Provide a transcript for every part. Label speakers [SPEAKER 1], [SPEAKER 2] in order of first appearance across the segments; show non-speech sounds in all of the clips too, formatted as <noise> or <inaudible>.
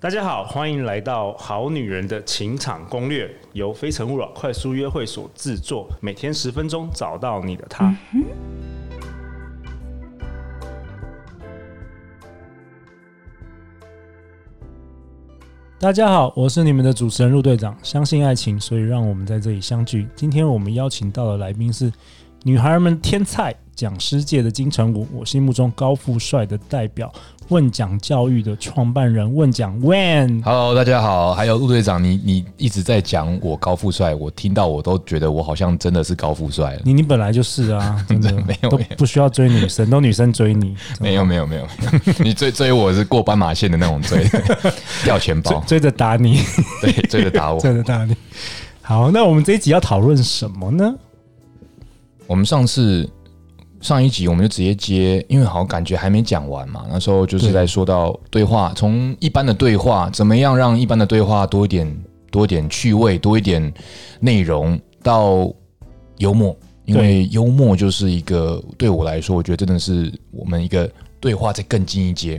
[SPEAKER 1] 大家好，欢迎来到《好女人的情场攻略》，由非诚勿扰快速约会所制作，每天十分钟，找到你的他。大家好，我是你们的主持人陆队长。相信爱情，所以让我们在这里相聚。今天我们邀请到的来宾是女孩们天菜讲师界的金城武，我心目中高富帅的代表，问讲教育的创办人问讲 When。
[SPEAKER 2] Hello，大家好，还有陆队长，你你一直在讲我高富帅，我听到我都觉得我好像真的是高富帅了。
[SPEAKER 1] 你你本来就是啊，真的
[SPEAKER 2] <laughs> 没有
[SPEAKER 1] 都
[SPEAKER 2] 没有
[SPEAKER 1] 不需要追女生，都女生追你，
[SPEAKER 2] <laughs> 没有没有没有，没有 <laughs> 你追追我是过斑马线的那种追， <laughs> 掉钱包，
[SPEAKER 1] 追着打你，
[SPEAKER 2] 对，追着打我。
[SPEAKER 1] 追着打你。好，那我们这一集要讨论什么呢？
[SPEAKER 2] 我们上次上一集我们就直接接，因为好像感觉还没讲完嘛，那时候就是在说到对话，从一般的对话怎么样让一般的对话多一点多一点趣味，多一点内容，到幽默，因为幽默就是一个对我来说，我觉得真的是我们一个对话再更进一阶。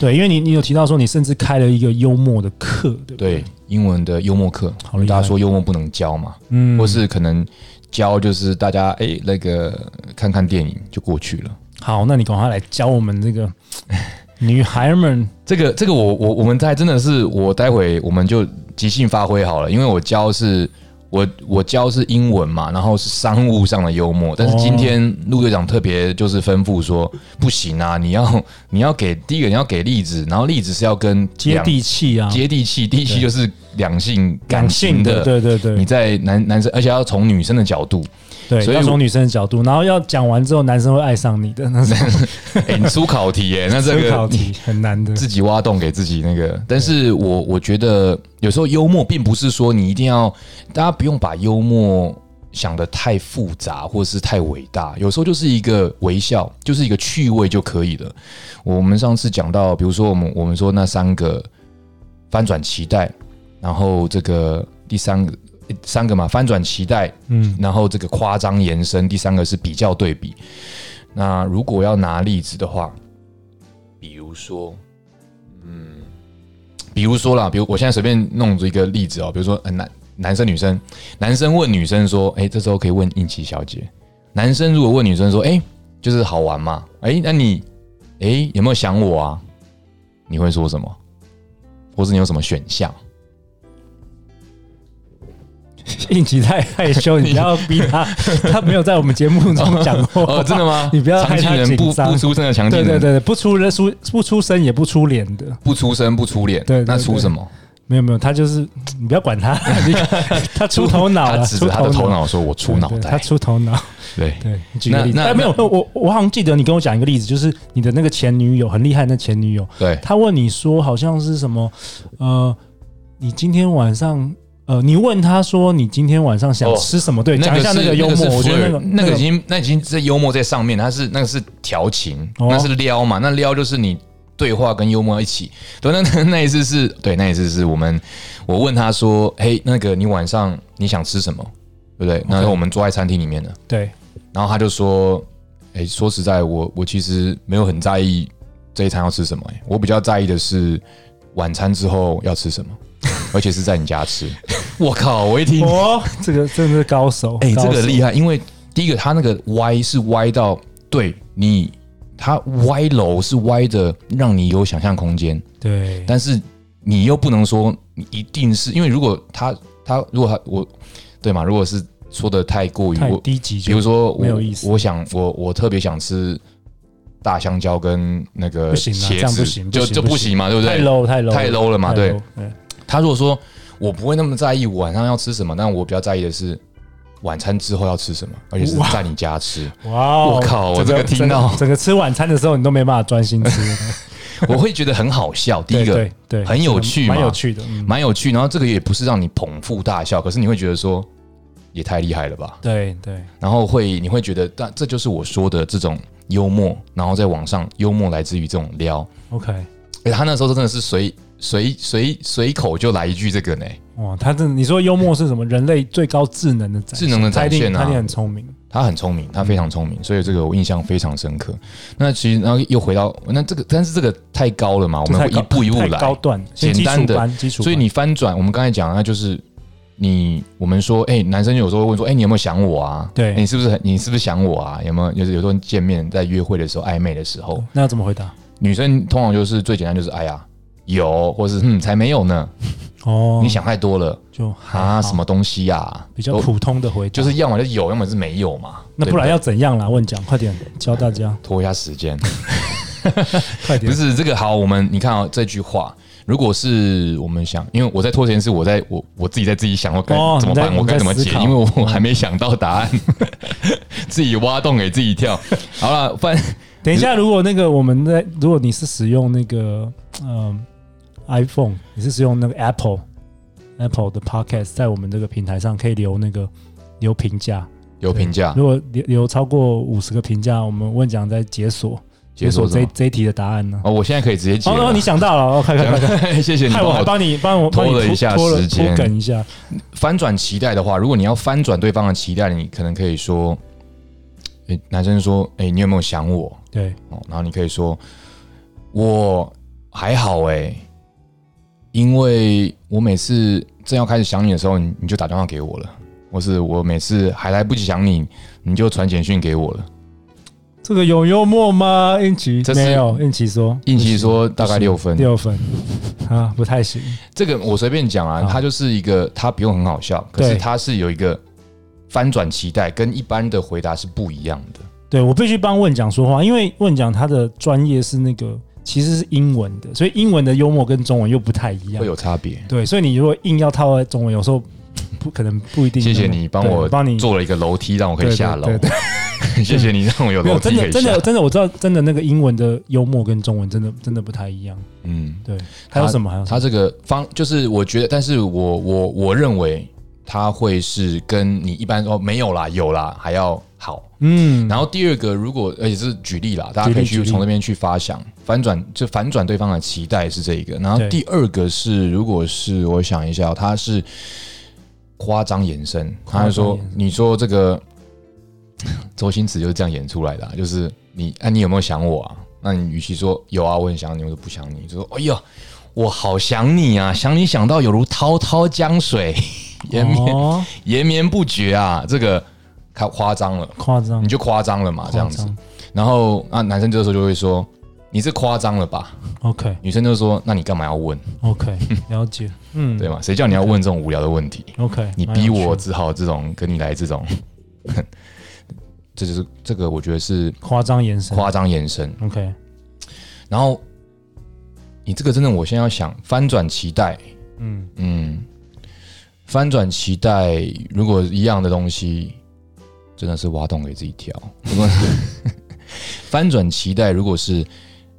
[SPEAKER 1] 对，因为你你有提到说你甚至开了一个幽默的课，对不对？
[SPEAKER 2] 对，英文的幽默课，
[SPEAKER 1] 好厉害
[SPEAKER 2] 大家说幽默不能教嘛，
[SPEAKER 1] 嗯
[SPEAKER 2] 或是可能教就是大家哎、那个看看电影就过去了。
[SPEAKER 1] 好，那你赶快来教我们这个 <laughs> 女孩们。
[SPEAKER 2] 这个这个我我我们在真的是我待会我们就即兴发挥好了，因为我教是我我教是英文嘛，然后是商务上的幽默，但是今天陆队长特别就是吩咐说不行啊，你要你要给第一个你要给例子，然后例子是要跟
[SPEAKER 1] 接
[SPEAKER 2] 两
[SPEAKER 1] 地气啊，
[SPEAKER 2] 接地气，地气就是两性
[SPEAKER 1] 感性
[SPEAKER 2] 性
[SPEAKER 1] 的，对对对
[SPEAKER 2] 你在男男生，而且要从女生的角度，
[SPEAKER 1] 对，
[SPEAKER 2] 所以
[SPEAKER 1] 要从
[SPEAKER 2] 我
[SPEAKER 1] 女生的角度，然后要讲完之后，男生会爱上你的，那是
[SPEAKER 2] 哎、你出考题耶、那这
[SPEAKER 1] <laughs> 思
[SPEAKER 2] 个
[SPEAKER 1] 考题很难的。
[SPEAKER 2] 自己挖洞给自己那个。但是我我觉得有时候幽默并不是说你一定要，大家不用把幽默想得太复杂或是太伟大，有时候就是一个微笑，就是一个趣味就可以了。我们上次讲到，比如说我们我们说那三个翻转期待，然后这个第三个。三个嘛，翻转期待，
[SPEAKER 1] 嗯，
[SPEAKER 2] 然后这个夸张延伸，第三个是比较对比。那如果要拿例子的话，比如说，嗯，比如说啦，比如我现在随便弄出一个例子哦，比如说，呃、男男生女生，男生问女生说，哎、这时候可以问应琪小姐。男生如果问女生说，哎、就是好玩嘛，哎、那你，哎、有没有想我啊？你会说什么？或是你有什么
[SPEAKER 1] <laughs>
[SPEAKER 2] 选项？
[SPEAKER 1] 应急太害
[SPEAKER 2] <laughs>
[SPEAKER 1] 羞，你不要逼他，他没有在我们节目中讲过话？
[SPEAKER 2] 哦，真的吗
[SPEAKER 1] 你不要害他
[SPEAKER 2] 强劲人不
[SPEAKER 1] 紧张
[SPEAKER 2] 不出声的强劲
[SPEAKER 1] 对
[SPEAKER 2] 人，
[SPEAKER 1] 对对对，不出人出不出声也不出脸的，
[SPEAKER 2] 不出声不出脸，
[SPEAKER 1] 对对对
[SPEAKER 2] 那出什么？
[SPEAKER 1] 没有没有，他就是你不要管他， <laughs> 你他出头脑
[SPEAKER 2] 他
[SPEAKER 1] 了，
[SPEAKER 2] 指着
[SPEAKER 1] 出
[SPEAKER 2] 他的头
[SPEAKER 1] 头
[SPEAKER 2] 脑说：“我出脑
[SPEAKER 1] 对对他
[SPEAKER 2] 袋。
[SPEAKER 1] 出头脑。”
[SPEAKER 2] 对，
[SPEAKER 1] 对，你举个
[SPEAKER 2] 那
[SPEAKER 1] 例子，
[SPEAKER 2] 那
[SPEAKER 1] 但没有，我我好像记得你跟我讲一个例子，就是你的那个前女友很厉害，那前女友，
[SPEAKER 2] 对，
[SPEAKER 1] 她问你说好像是什么，呃，你今天晚上，呃，你问她说你今天晚上想
[SPEAKER 2] 哦
[SPEAKER 1] 吃什么？对，
[SPEAKER 2] 那
[SPEAKER 1] 讲
[SPEAKER 2] 个
[SPEAKER 1] 一下
[SPEAKER 2] 是
[SPEAKER 1] 那个幽
[SPEAKER 2] 是
[SPEAKER 1] 默，我觉
[SPEAKER 2] flirt，
[SPEAKER 1] 得那个
[SPEAKER 2] 那个已经那已经是幽默在上面，它是那个是调情，
[SPEAKER 1] 哦
[SPEAKER 2] 那是撩嘛，那撩就是你对话跟幽默一起。对，那那那一次是对，那一次是我们我问他说：“嘿，那个你晚上你想吃什么？”对不对？那时候我们坐在餐厅里面的，
[SPEAKER 1] 对，
[SPEAKER 2] 然后他就说：“哎、说实在，我我其实没有很在意这一餐要吃什么、哎，我比较在意的是晚餐之后要吃什么，而且是在你家吃。” <laughs> 我靠！我一 <laughs> 听，
[SPEAKER 1] 哦，这个真的是高手，
[SPEAKER 2] 哎、这
[SPEAKER 1] 高
[SPEAKER 2] 个
[SPEAKER 1] 手
[SPEAKER 2] 厉害，因为第一个他那个歪是歪到对你，他歪楼是歪的，让你有想象空间，
[SPEAKER 1] 对，
[SPEAKER 2] 但是你又不能说你一定是因为如果他他如果他我对嘛，如果是说的太过于
[SPEAKER 1] 太
[SPEAKER 2] 我，
[SPEAKER 1] 低级就，
[SPEAKER 2] 比如说我
[SPEAKER 1] 没有意思
[SPEAKER 2] 我想我我特别想吃大香蕉跟那个
[SPEAKER 1] 不行
[SPEAKER 2] 茄
[SPEAKER 1] 啊
[SPEAKER 2] 子，
[SPEAKER 1] 这样不行不
[SPEAKER 2] 就
[SPEAKER 1] 行
[SPEAKER 2] 就
[SPEAKER 1] 不
[SPEAKER 2] 不
[SPEAKER 1] 行
[SPEAKER 2] 行嘛，对不
[SPEAKER 1] 太
[SPEAKER 2] 对？
[SPEAKER 1] low 太 low
[SPEAKER 2] 太 low 了嘛，对。
[SPEAKER 1] low，对，
[SPEAKER 2] 他如果说我不会那么在意晚上要吃什么，但我比较在意的是晚餐之后要吃什么，而且是在你家
[SPEAKER 1] <laughs>
[SPEAKER 2] 吃。
[SPEAKER 1] 哇哦
[SPEAKER 2] 我靠我这个听到
[SPEAKER 1] 整个整个吃晚餐的时候，你都没办法专心
[SPEAKER 2] <laughs>
[SPEAKER 1] 吃。
[SPEAKER 2] 我会觉得很好笑。第一个
[SPEAKER 1] 对对对
[SPEAKER 2] 很有趣嘛
[SPEAKER 1] 蛮有趣的。嗯，
[SPEAKER 2] 蛮有趣，然后这个也不是让你捧腹大笑，可是你会觉得说也太厉害了吧，
[SPEAKER 1] 对对，
[SPEAKER 2] 然后会你会觉得，但这就是我说的这种幽默，然后在网上幽默来自于这种撩。
[SPEAKER 1] OK，
[SPEAKER 2] 哎、他那时候真的是随随随随口就来一句这个呢，
[SPEAKER 1] 哇，他这你说幽默是什么？人类最高智能的展现，
[SPEAKER 2] 智能的展现啊
[SPEAKER 1] 他一定他一定很聪明。
[SPEAKER 2] 他很聪明，他非常
[SPEAKER 1] 嗯
[SPEAKER 2] 聪明，所以这个我印象非常深刻。那其实，然后又回到那这个，但是这个太高了嘛，我们
[SPEAKER 1] 太
[SPEAKER 2] 会
[SPEAKER 1] 高
[SPEAKER 2] 一步一步
[SPEAKER 1] 太高
[SPEAKER 2] 来。
[SPEAKER 1] 段，先
[SPEAKER 2] 简单的
[SPEAKER 1] 基础班，基础班。
[SPEAKER 2] 所以你翻转，我们刚才讲，那就是你我们说，哎、男生有时候会问说，哎、你有没有想我啊？
[SPEAKER 1] 对
[SPEAKER 2] 哎你是不是很，你是不是想我啊？有没有？就是有时候见面在约会的时候，暧昧的时候，
[SPEAKER 1] 那要怎么回答？
[SPEAKER 2] 女生通常就是最简单就是，哎呀，有，或是嗯，才没有呢，
[SPEAKER 1] 哦，
[SPEAKER 2] 你想太多了
[SPEAKER 1] 就
[SPEAKER 2] 啊，什
[SPEAKER 1] 么
[SPEAKER 2] 么东西呀、啊？
[SPEAKER 1] 比较
[SPEAKER 2] 都
[SPEAKER 1] 普通的回答，
[SPEAKER 2] 就是要么就有，要么是没有嘛。
[SPEAKER 1] 那
[SPEAKER 2] 对
[SPEAKER 1] 不然
[SPEAKER 2] 对
[SPEAKER 1] 要怎样啦？问讲，快点教大家，
[SPEAKER 2] 拖一下时间。
[SPEAKER 1] 快点
[SPEAKER 2] 不。是这个好，我们你看哦，这句话，如果是我们想，因为我在拖时间是我在我我自己在自己想我该
[SPEAKER 1] 哦
[SPEAKER 2] 怎么
[SPEAKER 1] 你
[SPEAKER 2] 办，
[SPEAKER 1] 在
[SPEAKER 2] 我该怎么
[SPEAKER 1] 你在
[SPEAKER 2] 解
[SPEAKER 1] 思，考嗯
[SPEAKER 2] 因为我我还没想到答案， <laughs> 自己挖洞给自己跳。好了，翻
[SPEAKER 1] 等一下，如果那个我们在，如果你是使用那个嗯 iPhone，你是使用那个 Apple Apple 的 Podcast，在我们这个平台上可以留那个留评价，
[SPEAKER 2] 有评价，
[SPEAKER 1] 如果留留超过五十个评价，我们问讲再解锁
[SPEAKER 2] 解锁什
[SPEAKER 1] 这
[SPEAKER 2] 么？
[SPEAKER 1] 这一题的答案呢。
[SPEAKER 2] 哦，我现在可以直接解
[SPEAKER 1] 哦，
[SPEAKER 2] 了。
[SPEAKER 1] 哦你想到了，哦，快快快快，
[SPEAKER 2] <laughs> 谢谢你
[SPEAKER 1] 害
[SPEAKER 2] 帮
[SPEAKER 1] 我还
[SPEAKER 2] 我
[SPEAKER 1] 帮你帮我帮你
[SPEAKER 2] 拖了一下
[SPEAKER 1] 拖了
[SPEAKER 2] 时
[SPEAKER 1] 拖
[SPEAKER 2] 间
[SPEAKER 1] 梗一下，
[SPEAKER 2] 翻转期待的话，如果你要翻转对方的期待，你可能可以说，诶、男生说，诶、你有没有想我？
[SPEAKER 1] 对，
[SPEAKER 2] 哦，然后你可以说我还好哎、因为我每次正要开始想你的时候，你你就打电话给我了，或是我每次还来不及想你，你就传简讯给我了。
[SPEAKER 1] 这个有幽默吗？应奇
[SPEAKER 2] 这是
[SPEAKER 1] 没有，应奇说，
[SPEAKER 2] 应奇说大概六分，
[SPEAKER 1] 六分啊，不太行。
[SPEAKER 2] 这个我随便讲啊，
[SPEAKER 1] 好
[SPEAKER 2] 它就是一个它不用很好笑，可
[SPEAKER 1] 对
[SPEAKER 2] 是它是有一个翻转期待，跟一般的回答是不一样的。
[SPEAKER 1] 对我必须帮问讲说话，因为问讲他的专业是那个其实是英文的，所以英文的幽默跟中文又不太一样
[SPEAKER 2] 会。有差别。
[SPEAKER 1] 对，所以你如果硬要套在中文，有时候不可能不一定那
[SPEAKER 2] 谢
[SPEAKER 1] 么。
[SPEAKER 2] 谢你帮
[SPEAKER 1] 对
[SPEAKER 2] 我
[SPEAKER 1] 帮你
[SPEAKER 2] 做了一个楼梯，让我可以
[SPEAKER 1] 对
[SPEAKER 2] 下楼
[SPEAKER 1] 对。对
[SPEAKER 2] 谢谢你让我有
[SPEAKER 1] 没 <laughs>
[SPEAKER 2] 楼
[SPEAKER 1] 有真
[SPEAKER 2] 梯可
[SPEAKER 1] 的
[SPEAKER 2] 以
[SPEAKER 1] 真
[SPEAKER 2] 下
[SPEAKER 1] 的。真的我知道真的那个英文的幽默跟中文真的真的不太一样。
[SPEAKER 2] 嗯，
[SPEAKER 1] 对，还有什么？还有什么
[SPEAKER 2] 他这个方就是我觉得，但是我我我认为他会是跟你一般说没有啦，有啦还要好。
[SPEAKER 1] 嗯，
[SPEAKER 2] 然后第二个，如果而且是举例啦，大家可以
[SPEAKER 1] 举
[SPEAKER 2] 去
[SPEAKER 1] 例
[SPEAKER 2] 从那边去发想，反转就反转对方的期待是这一个。然后
[SPEAKER 1] 对
[SPEAKER 2] 第二个是，如果是我想一下哦，他是夸张延伸，他就
[SPEAKER 1] 夸张
[SPEAKER 2] 说
[SPEAKER 1] 延伸
[SPEAKER 2] 你说这个周星驰就是这样演出来的啊、就是你哎、你有没有想我啊？那你与其说有啊，我很想你，我就不想你，就说哎呀，我好想你啊，想你想到有如滔滔江水，延绵、
[SPEAKER 1] 哦
[SPEAKER 2] 延绵不绝啊，这个太夸张了。
[SPEAKER 1] 夸张
[SPEAKER 2] 你，就夸张了嘛，这样
[SPEAKER 1] 夸
[SPEAKER 2] 子
[SPEAKER 1] 张。
[SPEAKER 2] 然后啊，男生这时候就会说：“你是夸张了吧
[SPEAKER 1] OK？”
[SPEAKER 2] 女生就说：“那你干嘛要问？
[SPEAKER 1] 嗯
[SPEAKER 2] <laughs>
[SPEAKER 1] OK，了解。嗯，
[SPEAKER 2] 对吗？谁叫你要问这种无聊的问题？
[SPEAKER 1] OK，
[SPEAKER 2] 你
[SPEAKER 1] 蛮有
[SPEAKER 2] 逼我
[SPEAKER 1] 趣
[SPEAKER 2] 只好这种跟你来这种， <laughs> 这就是这个，我觉得是
[SPEAKER 1] 夸张延伸。
[SPEAKER 2] 夸张延伸。
[SPEAKER 1] OK，
[SPEAKER 2] 然后你这个真的，我现在要想翻转期待，
[SPEAKER 1] 嗯，
[SPEAKER 2] 嗯，翻转期待，如果一样的东西，真的是挖洞给自己跳。 <laughs> 如果翻转期待，如果是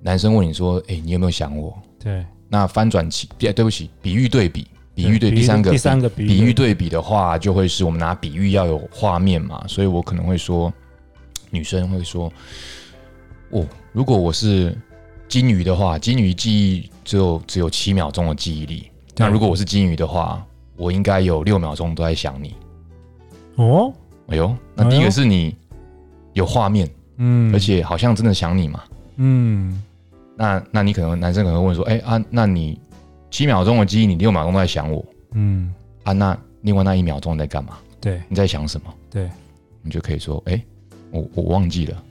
[SPEAKER 2] 男生问你说：“哎、你有没有想我
[SPEAKER 1] 对。？”
[SPEAKER 2] 那翻转期，哎对不起，比喻对比，比喻对比第三个
[SPEAKER 1] 第三个比
[SPEAKER 2] 比喻对比的话，就会是我们拿比喻要有画面嘛，所以我可能会说，女生会说：“哦，如果我是金鱼的话，金鱼记忆只有只有七秒钟的记忆力。
[SPEAKER 1] 对
[SPEAKER 2] 那如果我是金鱼的话，我应该有六秒钟都在想你。
[SPEAKER 1] 哦，
[SPEAKER 2] 哎呦，那第一
[SPEAKER 1] 哎呦
[SPEAKER 2] 个是你有画面，
[SPEAKER 1] 嗯，
[SPEAKER 2] 而且好像真的想你嘛。
[SPEAKER 1] 嗯，
[SPEAKER 2] 那那你可能男生可能会问说：哎、啊，那你七秒钟的记忆，你六秒钟都在想我
[SPEAKER 1] 嗯，
[SPEAKER 2] 啊？那另外那一秒钟你在干嘛？”
[SPEAKER 1] 对
[SPEAKER 2] 你在想什么？
[SPEAKER 1] 对，
[SPEAKER 2] 你就可以说，哎、我我忘记了，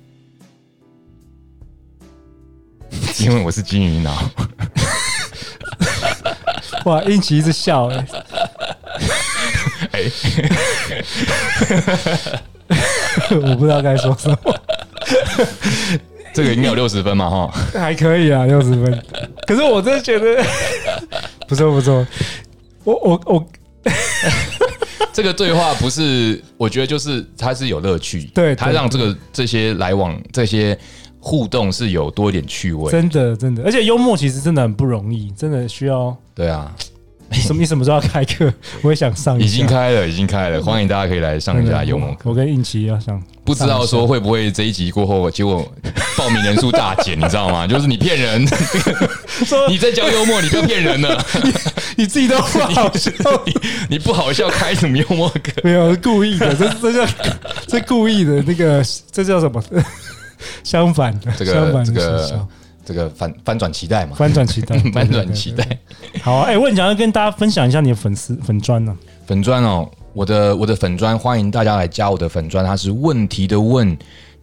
[SPEAKER 2] <laughs> 因为我是金鱼脑， <laughs>
[SPEAKER 1] 哇，英奇一直笑、
[SPEAKER 2] <laughs>
[SPEAKER 1] 欸，
[SPEAKER 2] 哎
[SPEAKER 1] <laughs> 我不知道该说什么，
[SPEAKER 2] 这个应该有六十分嘛，哈，
[SPEAKER 1] 还可以啊，六十分，可是我真的觉得 <laughs> 不错不错，我我我，
[SPEAKER 2] 这个对话不是，我觉得就是它是有乐趣，
[SPEAKER 1] 对对
[SPEAKER 2] 它让这个这些来往这些互动是有多一点趣味，
[SPEAKER 1] 真的真的，而且幽默其实真的很不容易，真的需要
[SPEAKER 2] 对啊，
[SPEAKER 1] 什么？你什么时候要开课？我也想上一
[SPEAKER 2] 已
[SPEAKER 1] 下，
[SPEAKER 2] 经开了，已经开了，欢迎大家可以来上一
[SPEAKER 1] 真
[SPEAKER 2] 下
[SPEAKER 1] 的
[SPEAKER 2] 幽默
[SPEAKER 1] 我
[SPEAKER 2] 课。
[SPEAKER 1] 跟应奇要想
[SPEAKER 2] 不知道说会不会这一集过后，结果报名人数大减，你知道吗？就是你骗人，
[SPEAKER 1] <laughs>
[SPEAKER 2] <laughs> 你在教幽默，你不要骗人了，
[SPEAKER 1] 你自己都不
[SPEAKER 2] <laughs>
[SPEAKER 1] 好笑，
[SPEAKER 2] 你不好笑开什么幽默梗？
[SPEAKER 1] 没有是故意
[SPEAKER 2] <laughs>
[SPEAKER 1] 的，这这叫这故意的那个，这叫什么？ <laughs> 相反的，
[SPEAKER 2] 这
[SPEAKER 1] 相
[SPEAKER 2] 个
[SPEAKER 1] 反
[SPEAKER 2] 这
[SPEAKER 1] 的学
[SPEAKER 2] 个
[SPEAKER 1] 校
[SPEAKER 2] 这个翻翻转期待嘛， <laughs>
[SPEAKER 1] 翻转期待，对
[SPEAKER 2] 翻转期。
[SPEAKER 1] 对对
[SPEAKER 2] 待。
[SPEAKER 1] 对好啊，哎、我很想要跟大家分享一下你的粉丝粉砖呢、
[SPEAKER 2] 粉砖哦，我的我的粉砖，欢迎大家来加我的粉砖，它是问题的问，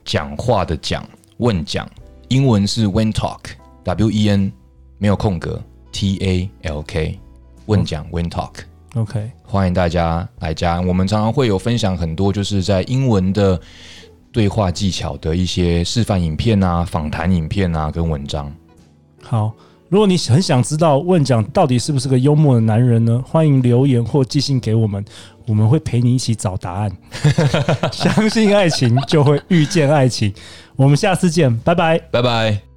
[SPEAKER 2] 讲话的讲，问讲，英文是 when talk，W E N 没有空格 T A L K，问讲 when talk。
[SPEAKER 1] OK，
[SPEAKER 2] 欢迎大家来加。我们常常会有分享很多，就是在英文的对话技巧的一些示范影片啊、访谈影片啊跟文章。
[SPEAKER 1] 好。如果你很想知道问讲到底是不是个幽默的男人呢？欢迎留言或寄信给我们，我们会陪你一起找答
[SPEAKER 2] <laughs>
[SPEAKER 1] 案。相信爱情，就会遇见爱情。我们下次见，拜拜。
[SPEAKER 2] 拜拜。